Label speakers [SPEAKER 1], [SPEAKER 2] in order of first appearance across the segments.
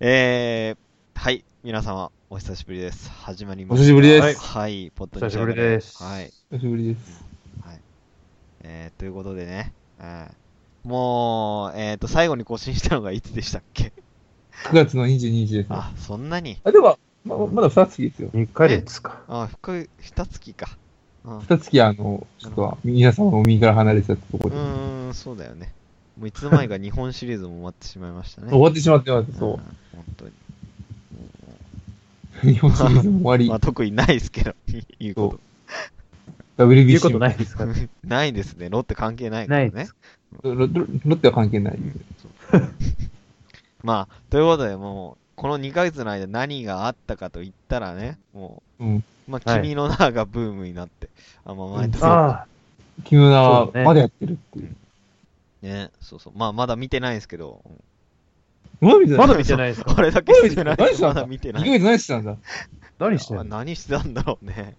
[SPEAKER 1] えー、はい、皆様、お久しぶりです。始まりま
[SPEAKER 2] お久しぶりです
[SPEAKER 1] はい、ポッド
[SPEAKER 3] 久しぶりです。
[SPEAKER 1] はい。。
[SPEAKER 2] 久しぶりです。
[SPEAKER 1] えー、ということでね、うんもう、えっ、と、最後に更新したのがいつでしたっけ
[SPEAKER 2] 9月の22日ですね。
[SPEAKER 1] あ、そんなに
[SPEAKER 2] あ、でも、ままだ2月ですよ。
[SPEAKER 3] 2ヶ月か。
[SPEAKER 1] あ、福、ひたつきか。うん、う
[SPEAKER 2] 2月あの、ちょっと、皆様も右から離れてたところで、
[SPEAKER 1] ーん、そうだよね。もういつの間にか日本シリーズも終わってしまいましたね。
[SPEAKER 2] 終わってしまってます。
[SPEAKER 1] ん
[SPEAKER 2] そ
[SPEAKER 1] 本当に。
[SPEAKER 2] う。日本シリーズも 終
[SPEAKER 1] ま
[SPEAKER 2] わ
[SPEAKER 1] あ、特にないですけど、 言うこ
[SPEAKER 2] り、
[SPEAKER 3] 言うこと
[SPEAKER 2] WBC も
[SPEAKER 3] ないですか
[SPEAKER 1] と。 ないですね。ロッテ関係ないからね。
[SPEAKER 3] ないです
[SPEAKER 2] ロロロロッテは関係ない。
[SPEAKER 1] まあ、ということで、もう、この2ヶ月の間何があったかと言ったらね、も
[SPEAKER 2] うん。
[SPEAKER 1] う、まあ、
[SPEAKER 3] はい
[SPEAKER 1] 君の名がブームになって、あ、まあ、前田
[SPEAKER 2] そう
[SPEAKER 1] さ
[SPEAKER 3] ああ、
[SPEAKER 2] 君の名は
[SPEAKER 3] そうね
[SPEAKER 2] まだやってるっていう。
[SPEAKER 1] ん、ね、そうそう、まあ、まだ見てないですけど、うん
[SPEAKER 2] まだ見てな
[SPEAKER 3] ま
[SPEAKER 2] い
[SPEAKER 3] だ見てないですか
[SPEAKER 1] あれだけ見てない
[SPEAKER 2] 何してた
[SPEAKER 1] ま
[SPEAKER 2] んだ
[SPEAKER 1] だ見て
[SPEAKER 2] ?2
[SPEAKER 1] な
[SPEAKER 2] ヶ
[SPEAKER 1] い。
[SPEAKER 2] 月何してたんだ
[SPEAKER 3] 何して
[SPEAKER 1] あ
[SPEAKER 3] んの
[SPEAKER 1] 何してたんだろうね。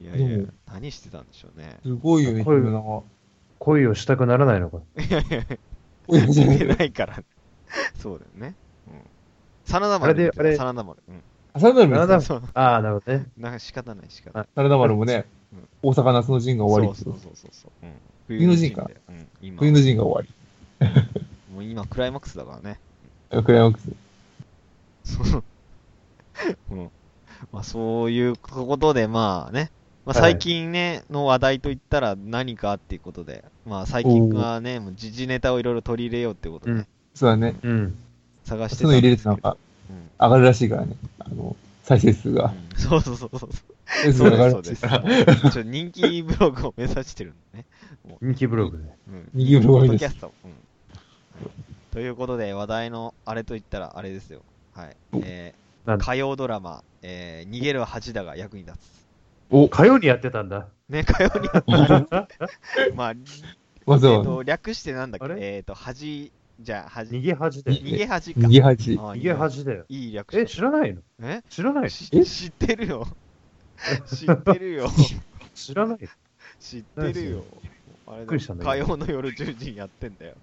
[SPEAKER 1] いやい
[SPEAKER 2] で
[SPEAKER 1] や
[SPEAKER 2] も、
[SPEAKER 1] 何してたんでしょうね。
[SPEAKER 2] すごいよね、
[SPEAKER 3] こうい
[SPEAKER 2] 君
[SPEAKER 3] う
[SPEAKER 2] の名は。
[SPEAKER 3] 恋をしたくならないのか。
[SPEAKER 1] いやいや、
[SPEAKER 2] おやじゃな
[SPEAKER 1] 見
[SPEAKER 2] い
[SPEAKER 1] てないから。 そうだよね。うん。真田
[SPEAKER 3] あれ
[SPEAKER 1] 丸
[SPEAKER 3] で
[SPEAKER 1] 見てた。
[SPEAKER 3] あれ
[SPEAKER 1] 真田丸。うん。
[SPEAKER 2] あサラダ丸
[SPEAKER 3] 真
[SPEAKER 2] も
[SPEAKER 3] 田
[SPEAKER 1] そう。
[SPEAKER 3] ああ、なるほどね。
[SPEAKER 1] なんか仕方ない仕方ない。
[SPEAKER 2] サラダ丸もね
[SPEAKER 1] うん、
[SPEAKER 2] 大阪夏の陣が終わりって
[SPEAKER 1] そ
[SPEAKER 2] こ
[SPEAKER 1] う
[SPEAKER 2] と
[SPEAKER 1] そうそうそうそう。うん、
[SPEAKER 2] 冬の陣か
[SPEAKER 1] でうん、今。
[SPEAKER 2] 冬の陣が終
[SPEAKER 1] もう今、クライマックスだからね。
[SPEAKER 2] わり。クライマックス。
[SPEAKER 1] そう。うん。まあ、そういうことで、まあね。まあ、
[SPEAKER 3] はい
[SPEAKER 1] 最近ね、の話題といったら何かっていうことで、まあ、最近はね、もう時事ネタをいろいろ取り入れようってことで、
[SPEAKER 3] うん
[SPEAKER 2] そうだね。
[SPEAKER 3] うん。
[SPEAKER 1] 探して
[SPEAKER 2] そういうの入れる
[SPEAKER 1] て
[SPEAKER 2] となんか
[SPEAKER 1] うん。
[SPEAKER 2] 上がるらしいからね。あの、再生数が。
[SPEAKER 1] うんそうそうそうそう。
[SPEAKER 2] 再生 数
[SPEAKER 1] そう
[SPEAKER 2] が
[SPEAKER 1] で
[SPEAKER 2] 上が
[SPEAKER 1] す、
[SPEAKER 2] る
[SPEAKER 1] そう
[SPEAKER 2] らし
[SPEAKER 1] で
[SPEAKER 2] い
[SPEAKER 1] す。ちょ
[SPEAKER 2] から。
[SPEAKER 1] っと人気ブログを目指してるんでね。
[SPEAKER 3] 人気ブログで。
[SPEAKER 1] うん。
[SPEAKER 2] 右ブログ
[SPEAKER 1] ポ
[SPEAKER 2] が
[SPEAKER 1] ッ
[SPEAKER 2] いい
[SPEAKER 1] ドキ
[SPEAKER 2] です
[SPEAKER 1] ャ。スト。うん。ということで、話題のあれといったら、あれですよ。はい。え
[SPEAKER 3] な
[SPEAKER 1] ー、
[SPEAKER 3] ん
[SPEAKER 1] 火曜ドラマ、えー、逃げる恥だが役に立つ。
[SPEAKER 2] お、
[SPEAKER 3] 火曜にやってたんだ。
[SPEAKER 1] ね、火曜に やったまあ、え
[SPEAKER 2] わざ
[SPEAKER 1] ー
[SPEAKER 2] わ
[SPEAKER 1] と、略してなんだっ
[SPEAKER 3] あ
[SPEAKER 1] け
[SPEAKER 3] れ
[SPEAKER 1] えっと、恥、じゃあ、恥、
[SPEAKER 3] 逃げ恥で。
[SPEAKER 1] 逃げ恥
[SPEAKER 2] ざ。
[SPEAKER 1] か。
[SPEAKER 2] 逃げ恥。
[SPEAKER 1] あ
[SPEAKER 3] 逃げ。恥だよ。
[SPEAKER 1] いいいい略
[SPEAKER 3] え、
[SPEAKER 1] し
[SPEAKER 3] 知らないの
[SPEAKER 1] たえ
[SPEAKER 3] 知らないの
[SPEAKER 1] し
[SPEAKER 2] え
[SPEAKER 1] 知ってるよ。知ってる よ。
[SPEAKER 3] 知らないの
[SPEAKER 1] 知ってるよ。あれ
[SPEAKER 3] びっくりした
[SPEAKER 1] だ、
[SPEAKER 3] んだ
[SPEAKER 1] 火
[SPEAKER 3] けど
[SPEAKER 1] 曜の夜10時にやってんだよ。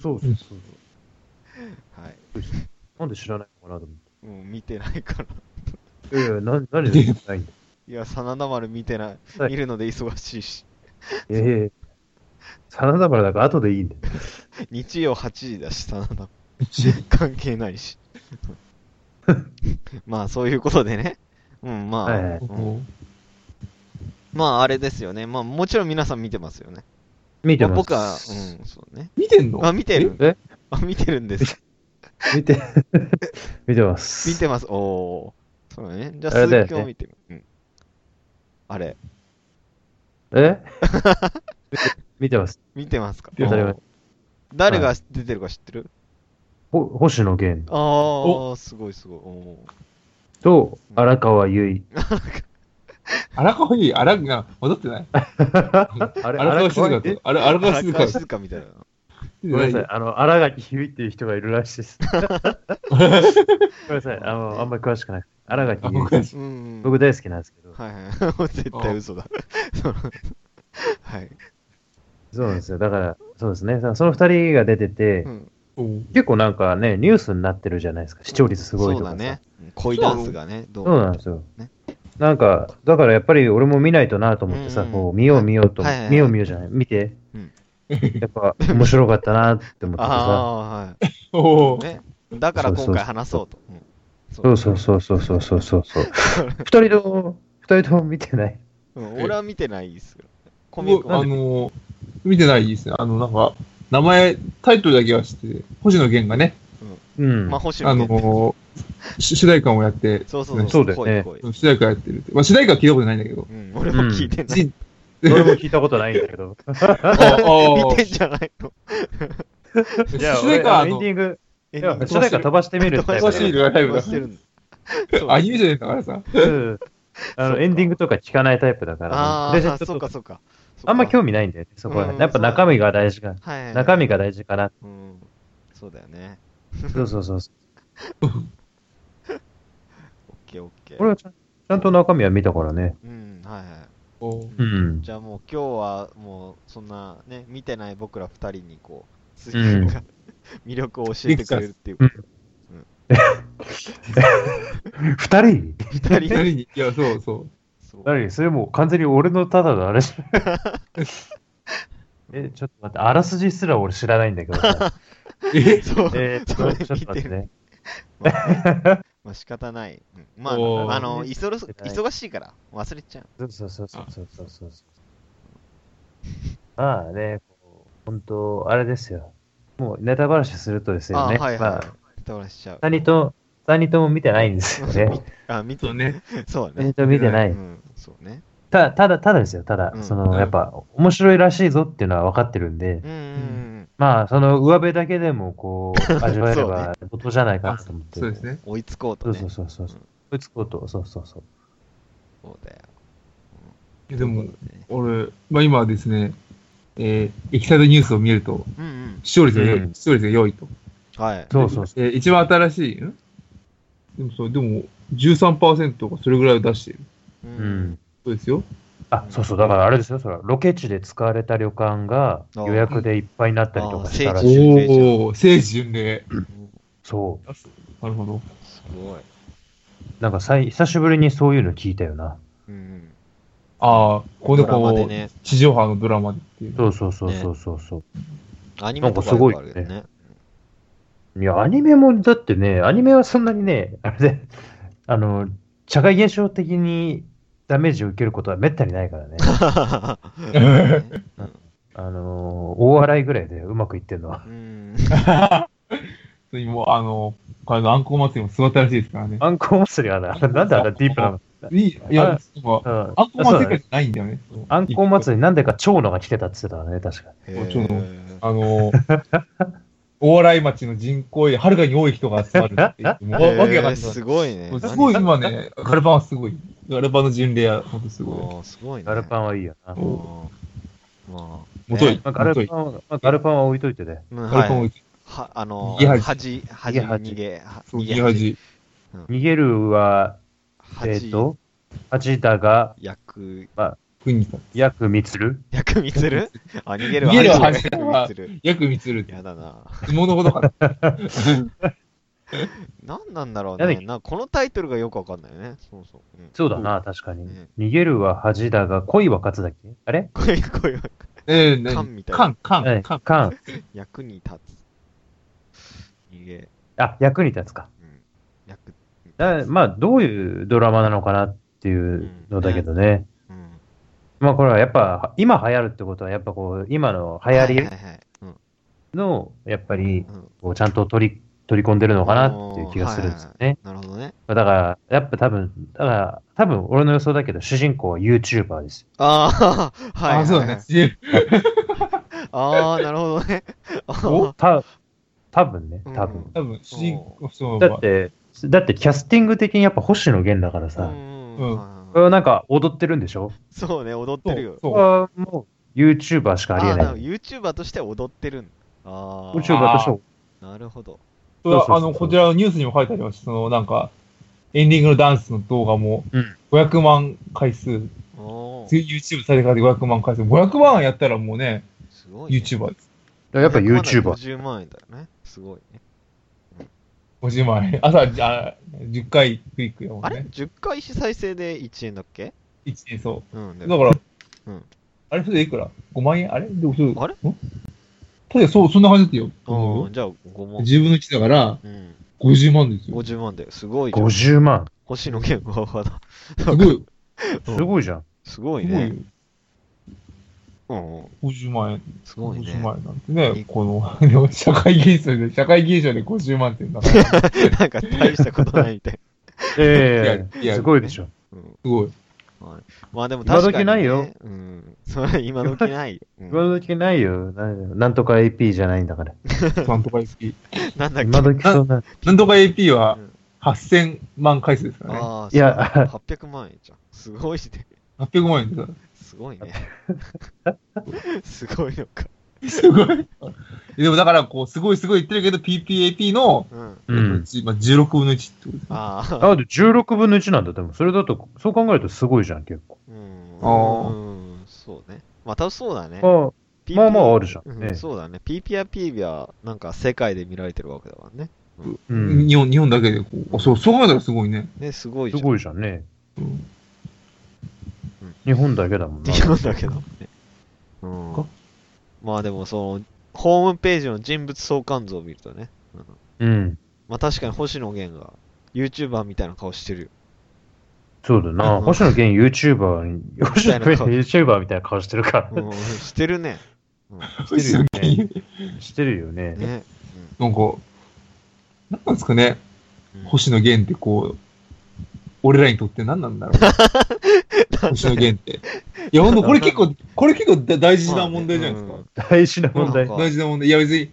[SPEAKER 3] そうそうそう。
[SPEAKER 1] はい。
[SPEAKER 3] なんで知らないのかなと思っ
[SPEAKER 1] もう見てないから。
[SPEAKER 3] て。いやいや、な何で知ら ないんだ
[SPEAKER 1] いや、真田丸見てない。
[SPEAKER 3] はい
[SPEAKER 1] 見るので忙しいし。
[SPEAKER 3] ええ。真田丸だから後でいいんだよ。
[SPEAKER 1] 日曜8時だし、真田丸。関係ない し。まあ、そういうことでね。うん、まあ、
[SPEAKER 3] はいはい。
[SPEAKER 2] お
[SPEAKER 1] まあ、あれですよね。まあ、もちろん皆さん見てますよね。
[SPEAKER 3] 見て
[SPEAKER 1] まあ
[SPEAKER 3] ます。
[SPEAKER 1] 僕は、うん、そうね。
[SPEAKER 2] 見てんの
[SPEAKER 1] あ、見てる。
[SPEAKER 3] え
[SPEAKER 1] あ、見てるん です。
[SPEAKER 3] 見 て、見てます。
[SPEAKER 1] 見てます。おー。そうね。じゃあ、
[SPEAKER 3] あれだよ
[SPEAKER 1] 鈴
[SPEAKER 3] ね
[SPEAKER 1] 木を見てる。うん。あれ、
[SPEAKER 3] え 見て見てます。
[SPEAKER 1] 見てますか
[SPEAKER 3] 見てます
[SPEAKER 1] おー誰が出てるか知ってる、
[SPEAKER 3] ほ星野源
[SPEAKER 1] ああ、すごいすごい。おー
[SPEAKER 3] と荒 川結
[SPEAKER 2] 荒川いい、荒が戻ってない。
[SPEAKER 3] 衣。 あれ
[SPEAKER 2] 荒川静香
[SPEAKER 3] え
[SPEAKER 2] と、あれ荒川
[SPEAKER 1] 荒
[SPEAKER 2] 静
[SPEAKER 1] 川
[SPEAKER 2] 香
[SPEAKER 1] 静香みたいな。
[SPEAKER 3] ごめんなさい。
[SPEAKER 2] い。
[SPEAKER 3] あの、荒垣結衣っていう人がいるらしいです。ごめんなさい。あの、あんまり詳しくない。荒垣
[SPEAKER 2] あ、
[SPEAKER 3] 結
[SPEAKER 2] 僕
[SPEAKER 3] 衣。
[SPEAKER 2] たち
[SPEAKER 1] う。ん、うん。
[SPEAKER 3] 僕大好きなんですけど。
[SPEAKER 1] はいはい。 もう絶対嘘だ。そのはい。
[SPEAKER 3] そうなんですよ。だから、そうですね。その二人が出てて
[SPEAKER 1] う、ん。
[SPEAKER 2] うん
[SPEAKER 3] 結構なんかね、ニュースになってるじゃないですか。視聴率すごい
[SPEAKER 1] そう
[SPEAKER 3] とか
[SPEAKER 1] だ
[SPEAKER 3] さ。
[SPEAKER 1] ね。うん恋ダンスがね、ど
[SPEAKER 3] そうなんですよ
[SPEAKER 1] ね。
[SPEAKER 3] なんか、だからやっぱり俺も見ないとなと思ってさ、
[SPEAKER 1] うんうん
[SPEAKER 3] こう見よう見ようと、
[SPEAKER 1] はいはいはい
[SPEAKER 3] 見よう見ようじゃない、見て、
[SPEAKER 1] うん
[SPEAKER 3] やっぱ面白かったなって思ってさ、
[SPEAKER 1] ああ、
[SPEAKER 2] お
[SPEAKER 1] はい。
[SPEAKER 2] ー
[SPEAKER 1] ね。だから今回話そうと。うんそ
[SPEAKER 3] そうそうそうそうそうそうそう、二人とも、二人とも見てない。
[SPEAKER 1] うん俺は見てないですよ。コミック
[SPEAKER 2] 僕
[SPEAKER 1] は
[SPEAKER 2] あのー、見てないですね。あの、なんか、名前、タイトルだけは知ってて、星野源がね、
[SPEAKER 3] うん。
[SPEAKER 1] まあ、星
[SPEAKER 2] あ
[SPEAKER 1] 野
[SPEAKER 2] の
[SPEAKER 1] 源。
[SPEAKER 2] ー、主主題歌もやって、
[SPEAKER 1] そうそうそう。
[SPEAKER 3] そうだよね
[SPEAKER 1] 恋恋
[SPEAKER 2] 主題歌やってるって。まあ、主題歌は聞いたことないんだけど。
[SPEAKER 1] うん、俺も聞いてない。
[SPEAKER 2] じ
[SPEAKER 3] 俺も聞いたことないんだけど。
[SPEAKER 2] ああ
[SPEAKER 1] 見てんじゃないの。
[SPEAKER 2] 主
[SPEAKER 3] いや、
[SPEAKER 2] 題
[SPEAKER 3] 俺
[SPEAKER 2] 歌は、
[SPEAKER 3] あ
[SPEAKER 2] あ
[SPEAKER 3] のエン
[SPEAKER 2] の
[SPEAKER 3] デ、ィング、
[SPEAKER 1] え
[SPEAKER 3] いや主題歌飛ばしてみるタ
[SPEAKER 2] 飛
[SPEAKER 3] イプ
[SPEAKER 2] ばしてみるライブだ
[SPEAKER 1] して るんだ。そう
[SPEAKER 2] アニメじゃないんだからさ。
[SPEAKER 3] うん
[SPEAKER 1] そ
[SPEAKER 3] あ
[SPEAKER 1] う
[SPEAKER 3] の
[SPEAKER 1] か
[SPEAKER 3] エンディングとか聞かないタイプだから
[SPEAKER 1] あ
[SPEAKER 3] ね、
[SPEAKER 1] あ
[SPEAKER 3] でちょっ
[SPEAKER 1] ー、
[SPEAKER 3] と
[SPEAKER 1] そうかそうか。
[SPEAKER 3] あんま
[SPEAKER 1] 味、
[SPEAKER 3] 興味ないんだよね、そこは
[SPEAKER 1] う
[SPEAKER 3] ね。
[SPEAKER 1] ん
[SPEAKER 3] やっぱ中身が大事か、
[SPEAKER 1] はいはい
[SPEAKER 3] 中身が大事かな。
[SPEAKER 1] うん。そうだよね。
[SPEAKER 3] そうそうそう。
[SPEAKER 1] オッケーオッケー。
[SPEAKER 3] 俺はちゃんちゃんと中身は見たからね。
[SPEAKER 1] うん、はいはい。
[SPEAKER 2] お
[SPEAKER 3] うん。
[SPEAKER 1] じゃあもう今日はもうそんなね、見てない僕ら二人にこう、鈴
[SPEAKER 3] うん
[SPEAKER 1] 木が魅力を教えてくれるっていう。
[SPEAKER 3] 二人
[SPEAKER 1] 二人
[SPEAKER 2] 何にいや、そうそう。
[SPEAKER 1] そう
[SPEAKER 3] 何それもう完全に俺のただのあれじゃんえ、ちょっと待って、あらすじすら俺知らないんだけどさ。
[SPEAKER 2] え
[SPEAKER 1] そう。
[SPEAKER 3] えーっ
[SPEAKER 1] それ
[SPEAKER 3] と、ちょっと待ってね。
[SPEAKER 1] まあ、まあ仕方ない。うんま
[SPEAKER 2] お
[SPEAKER 1] あ、
[SPEAKER 2] ー
[SPEAKER 1] あの、忙忙しいから、忘れちゃう。
[SPEAKER 3] そうそうそうそうそうそうそうまあね、こう本当、あれですよ。もうネタ話するとです
[SPEAKER 1] あ
[SPEAKER 3] よ
[SPEAKER 1] あ
[SPEAKER 3] ね。
[SPEAKER 1] ー、はい
[SPEAKER 3] ま
[SPEAKER 1] は
[SPEAKER 3] あ
[SPEAKER 1] い。、倒しちゃう。
[SPEAKER 3] 何と、何とも見てないんですよね。
[SPEAKER 1] あ、 見て
[SPEAKER 2] そう、ね。
[SPEAKER 1] そうだ
[SPEAKER 3] 何
[SPEAKER 1] ね。
[SPEAKER 3] とも見てな
[SPEAKER 1] う
[SPEAKER 3] い。
[SPEAKER 1] ん、そうね。
[SPEAKER 3] たただ、ただですよ。ただ、
[SPEAKER 1] うん
[SPEAKER 3] そうの、
[SPEAKER 2] ん
[SPEAKER 3] やっぱ、面白いらしいぞっていうのは分かってるんで
[SPEAKER 1] う、んうん
[SPEAKER 3] まあ、その、上辺だけでも、こう、味わえれ
[SPEAKER 1] そ
[SPEAKER 3] ば、元じゃないかなと思って。
[SPEAKER 2] そうですね。
[SPEAKER 1] うん、追いつこうと
[SPEAKER 3] そう
[SPEAKER 1] ね。
[SPEAKER 3] そ
[SPEAKER 1] そうう
[SPEAKER 3] そうそう。
[SPEAKER 1] ん
[SPEAKER 3] 打つこと、そうそうそう。
[SPEAKER 1] だよ。
[SPEAKER 2] いやでも、
[SPEAKER 1] ね
[SPEAKER 2] 俺、まあ今はですね、えーエキサイトニュースを見ると、
[SPEAKER 1] うんうん。
[SPEAKER 2] 視聴率が良い、
[SPEAKER 3] うん
[SPEAKER 2] 視聴率が良いと。
[SPEAKER 1] はい。
[SPEAKER 3] そうそうそう。
[SPEAKER 2] えー一番新しい、んでもそう、でも、13%がそれぐらいを出している。
[SPEAKER 1] う
[SPEAKER 3] うん。。
[SPEAKER 2] そうですよ。
[SPEAKER 3] あ、そうそう。だからあれですよ。それはロケ地で使われた旅館が
[SPEAKER 1] あ
[SPEAKER 3] 予約でいっぱいになったりとかしたらしい。
[SPEAKER 1] お
[SPEAKER 2] おー、聖地巡礼。
[SPEAKER 3] そ
[SPEAKER 2] なるほど。
[SPEAKER 1] すごい。
[SPEAKER 3] う。なんかさい久しぶりにそういうの聞いたよな。
[SPEAKER 1] うん
[SPEAKER 2] ああ、こ
[SPEAKER 1] うん。
[SPEAKER 2] の
[SPEAKER 1] ドラマ
[SPEAKER 2] こ
[SPEAKER 1] で
[SPEAKER 2] う、
[SPEAKER 1] ね、
[SPEAKER 2] 地上波のドラマでっていう。
[SPEAKER 3] そうそうそうそうそうそ
[SPEAKER 1] アニメとかよくあるけどね。
[SPEAKER 3] う。いや、アニメも、だってね、アニメはそんなにね、あれで、あの、社会現象的にダメージを受けることはめったにな いからね。あの、大洗いぐらいでうまくいってんのは。
[SPEAKER 1] うん。
[SPEAKER 2] 普通にもう、あの、これのあんこ祭りも座ったらしいですからね。
[SPEAKER 3] あんこ祭りはな、なんであれディープなの
[SPEAKER 2] いい、いや、そうか
[SPEAKER 3] うん
[SPEAKER 2] あんこ
[SPEAKER 3] そう
[SPEAKER 2] 祭
[SPEAKER 3] だ
[SPEAKER 2] り
[SPEAKER 3] ね
[SPEAKER 2] じゃないんだよね。そう
[SPEAKER 3] あんこ祭り、なんでか蝶野が来てたって言ってたね、確か。
[SPEAKER 1] へー
[SPEAKER 2] ちょっとあの、 大洗町の人口よりはるかに多い人が集まるっていう。もうわわけわかんな
[SPEAKER 1] へー
[SPEAKER 2] い。
[SPEAKER 1] す
[SPEAKER 2] す
[SPEAKER 1] ごいね。
[SPEAKER 2] ごい、今ね、ガルパンはすごい。ガルパンの巡礼は、ほんとす
[SPEAKER 1] 何
[SPEAKER 2] ご
[SPEAKER 1] あーすごいね。
[SPEAKER 3] ガルパンはいいよな。
[SPEAKER 2] い。
[SPEAKER 1] うん。
[SPEAKER 2] も
[SPEAKER 1] まあ。
[SPEAKER 2] とい、
[SPEAKER 1] ね
[SPEAKER 3] まあ、
[SPEAKER 2] も
[SPEAKER 3] ガル
[SPEAKER 2] とい。
[SPEAKER 3] パンは、まあ、ガルパンは置いといてね。
[SPEAKER 1] うん
[SPEAKER 2] ガルパン
[SPEAKER 1] は
[SPEAKER 2] を
[SPEAKER 1] い。は、あの、
[SPEAKER 2] 逃げ恥
[SPEAKER 1] 恥、恥、
[SPEAKER 3] 逃げ恥
[SPEAKER 1] 逃げ、は
[SPEAKER 2] そう、
[SPEAKER 1] 逃
[SPEAKER 2] 逃
[SPEAKER 1] げ
[SPEAKER 2] げ恥。
[SPEAKER 3] 逃げるは、
[SPEAKER 1] 恥。
[SPEAKER 3] えっ、と、八だが、
[SPEAKER 1] 役、
[SPEAKER 2] 国さん。
[SPEAKER 3] 約三つる。
[SPEAKER 1] 役見つ るあ、逃げる
[SPEAKER 2] 逃げるは
[SPEAKER 1] 恥
[SPEAKER 2] 恥は
[SPEAKER 1] 見つる
[SPEAKER 2] 約三つる。
[SPEAKER 1] やだな。
[SPEAKER 2] 相撲のことか。
[SPEAKER 1] なんなんだろう
[SPEAKER 3] なん
[SPEAKER 1] ね。
[SPEAKER 3] だっ
[SPEAKER 1] なこのタイトルがよくわかんないよね。そうそう。うん、
[SPEAKER 3] そうだな、確かに
[SPEAKER 1] うん。
[SPEAKER 3] 逃げるは恥だが、恋は勝つだっけあれ
[SPEAKER 1] これ、これ、
[SPEAKER 2] ええ、何
[SPEAKER 1] 缶みたいな
[SPEAKER 2] 缶、缶、
[SPEAKER 3] か
[SPEAKER 2] 缶。
[SPEAKER 3] ん。
[SPEAKER 1] 役に立つ。逃げ、
[SPEAKER 3] あ、役に立つか。
[SPEAKER 1] うん。役に
[SPEAKER 3] だ
[SPEAKER 1] 立つ。
[SPEAKER 3] まあ、どういうドラマなのかなっていうのだけどね。
[SPEAKER 1] うん。
[SPEAKER 3] まあ、これはやっぱ、今流行るってことは、やっぱこう、今の流行
[SPEAKER 1] はい
[SPEAKER 3] り
[SPEAKER 1] はいはい。うん。
[SPEAKER 3] の、やっぱ
[SPEAKER 1] う
[SPEAKER 3] り、
[SPEAKER 1] ん
[SPEAKER 3] こうちゃんと取り、取り込んでるのかなっていう気がするんですよね。
[SPEAKER 1] なるほどね。
[SPEAKER 3] だから、やっぱ多分、だから、多分俺の予想だけど、主人公は YouTuber ですよ。
[SPEAKER 1] ああ、はいはいはい。
[SPEAKER 2] あ、そうだね。CM
[SPEAKER 1] ああ、なるほどね。あー
[SPEAKER 3] た多分ね、多
[SPEAKER 1] うん
[SPEAKER 3] 分。
[SPEAKER 2] 多分、主人公、そう
[SPEAKER 3] だって、だってキャスティング的にやっぱ星野源だから
[SPEAKER 1] う
[SPEAKER 3] さ、
[SPEAKER 1] ん
[SPEAKER 2] うん
[SPEAKER 3] これはなんか踊ってるんでしょ
[SPEAKER 1] そうね、踊って
[SPEAKER 2] そ
[SPEAKER 1] る
[SPEAKER 2] う
[SPEAKER 1] よ。。
[SPEAKER 2] そう
[SPEAKER 3] あもう YouTuber しかありえ
[SPEAKER 1] あ
[SPEAKER 3] な
[SPEAKER 1] あ、
[SPEAKER 3] い。
[SPEAKER 1] YouTuber として踊ってるんだ。ああ、
[SPEAKER 3] YouTuber としても
[SPEAKER 1] なるほど。
[SPEAKER 2] それは
[SPEAKER 3] そうそう
[SPEAKER 2] あ
[SPEAKER 3] そう
[SPEAKER 2] の、こちらのニュースにも書いてありました。その、なんか、エンディングのダンスの動画も
[SPEAKER 3] うん、
[SPEAKER 2] 500万回数、
[SPEAKER 1] おー
[SPEAKER 2] YouTube 再生回で500万回数、500万やったらもうね、
[SPEAKER 1] すごい、ね。
[SPEAKER 2] YouTuber です。
[SPEAKER 3] やっぱ YouTuber。
[SPEAKER 1] 50万円だよね。すごいね。
[SPEAKER 2] 50万円。 朝、じゃあ、10回クリックやもん
[SPEAKER 1] あれ
[SPEAKER 2] ね。
[SPEAKER 1] ?10 回再生で1円だっけ
[SPEAKER 2] 1円、そ
[SPEAKER 1] うん。
[SPEAKER 2] う。だから、
[SPEAKER 1] うん
[SPEAKER 2] あれ、それでいくら ?5 万円あれでもそれ
[SPEAKER 1] あれ
[SPEAKER 2] んただ、そう、そんな感じだったよ。
[SPEAKER 1] うん、じゃあ5万。
[SPEAKER 2] 10分の1だから、
[SPEAKER 1] うん。
[SPEAKER 2] 50万ですよ。
[SPEAKER 1] 50万だよ。すごいじゃん。
[SPEAKER 3] 50万。
[SPEAKER 1] 星野源側はだ。
[SPEAKER 2] すごいよ。
[SPEAKER 3] すごいじゃん。
[SPEAKER 1] すごい
[SPEAKER 2] すごい
[SPEAKER 1] ね
[SPEAKER 2] よ。。
[SPEAKER 1] うんうん。
[SPEAKER 2] 50万円。
[SPEAKER 1] すごいね
[SPEAKER 2] 50。万円なんてね、この、で も社会現象で、社会現象で50万っていうの は、す
[SPEAKER 1] なんか大したことないみ たい。
[SPEAKER 3] え
[SPEAKER 2] いやい
[SPEAKER 3] え、
[SPEAKER 2] や
[SPEAKER 3] すごいでしょ。
[SPEAKER 1] うん
[SPEAKER 2] ごい。
[SPEAKER 1] まあでも確かに、ね。
[SPEAKER 3] 今時ないよ。
[SPEAKER 1] うん。それ今時ないよ。うん
[SPEAKER 3] 今時ないよ。なんなんとか AP じゃないんだから。
[SPEAKER 2] なんとか AP。
[SPEAKER 1] なんだっけ
[SPEAKER 3] 今時そんな。
[SPEAKER 2] なんとか AP は
[SPEAKER 1] うん
[SPEAKER 2] 8000万回数ですからね。
[SPEAKER 1] ああ、
[SPEAKER 3] いや
[SPEAKER 1] そう800万円じゃん。すごいね。
[SPEAKER 2] 800万円ですか
[SPEAKER 1] すごいね。すごいのか。
[SPEAKER 2] ら。すごい。でもだから、こう、すごいすごい言ってるけど、PPAP の、
[SPEAKER 1] うん。
[SPEAKER 3] うん。
[SPEAKER 2] まあ、16分の1ってことですね。
[SPEAKER 1] ああ。
[SPEAKER 3] あ、で、16分の1なんだ。でも、それだと、そう考えるとすごいじゃん、結構。
[SPEAKER 1] うん。
[SPEAKER 2] あー
[SPEAKER 1] うん。そうね。またそうだね。
[SPEAKER 3] あまあまああるじゃん
[SPEAKER 1] う
[SPEAKER 3] ね
[SPEAKER 1] ん、そうだね。PPIP は、なんか世界で見られてるわけだからね。
[SPEAKER 3] うん。
[SPEAKER 2] 日本、日本だけでこう。あそう、そう考えたらすごいね。
[SPEAKER 1] ね、すごい
[SPEAKER 3] す
[SPEAKER 1] じゃん。
[SPEAKER 3] ごいじゃんね。
[SPEAKER 2] うん
[SPEAKER 3] 日本だけだもんな。
[SPEAKER 1] って言うんだけどね。うん
[SPEAKER 2] か。
[SPEAKER 1] まあでも、その、ホームページの人物相関図を見るとね。
[SPEAKER 3] うん。
[SPEAKER 1] まあ確かに星野源が、YouTuber みたいな顔してる よ。
[SPEAKER 3] そうだ
[SPEAKER 1] う
[SPEAKER 3] な。
[SPEAKER 1] ん
[SPEAKER 3] 星野源 YouTuber に、星野源 YouTuber みたいな顔してるから。
[SPEAKER 1] うん、してるね。うん、
[SPEAKER 3] してるよ
[SPEAKER 2] す
[SPEAKER 3] ね。してるよね。
[SPEAKER 1] ね。
[SPEAKER 2] なんか、なんなんですかね、
[SPEAKER 1] うん
[SPEAKER 2] 星野源ってこう、俺らにとって何なんだろう 星野源って。いや、ほんと、これ結構、これ結構だ大事な問題じゃないですか。
[SPEAKER 3] 大事な問題
[SPEAKER 1] う。ん
[SPEAKER 2] 大事な問題。いや、別に、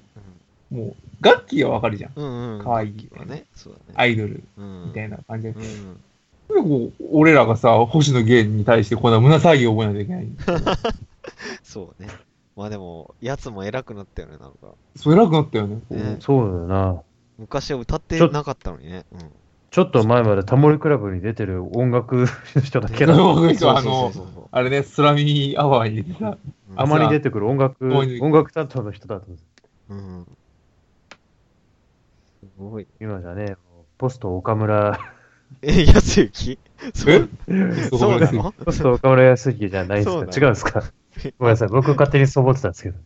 [SPEAKER 2] もう、ガッキーはわかるじゃん。
[SPEAKER 1] うんうん。
[SPEAKER 2] 可愛い
[SPEAKER 1] はね。そうだね。
[SPEAKER 2] アイドル
[SPEAKER 1] うん。
[SPEAKER 2] みたいな感じで。
[SPEAKER 1] うん。
[SPEAKER 2] なんでこう俺らがさ、星野源に対してこんな胸騒ぎを覚えなきゃいけない。
[SPEAKER 1] そうね。まあでも、やつも偉くなったよね、なんか。
[SPEAKER 2] それ偉くなったよね。こう
[SPEAKER 1] ね
[SPEAKER 3] そうだよな。
[SPEAKER 1] 昔は歌ってなかったのにね。うん。
[SPEAKER 3] ちょっと前までタモリクラブに出てる音楽の人だけ
[SPEAKER 2] な
[SPEAKER 3] だ
[SPEAKER 2] るほど僕一応
[SPEAKER 1] そ
[SPEAKER 2] あ
[SPEAKER 1] うそう
[SPEAKER 2] の
[SPEAKER 1] そうそう
[SPEAKER 2] あれね、スラミアワーに出てた。
[SPEAKER 1] うん
[SPEAKER 3] あまり出てくる音楽、
[SPEAKER 2] そういう
[SPEAKER 3] 音楽担当の人だと思う。
[SPEAKER 1] うん。すごい。
[SPEAKER 3] 今じゃね、ポスト 岡村、
[SPEAKER 1] え、やつゆきそうそうなの
[SPEAKER 3] ポスト岡村康之じゃないで
[SPEAKER 1] そうだ
[SPEAKER 3] すか。違うんですか。ごめんなさい、僕勝手にそう思ってたんですけど。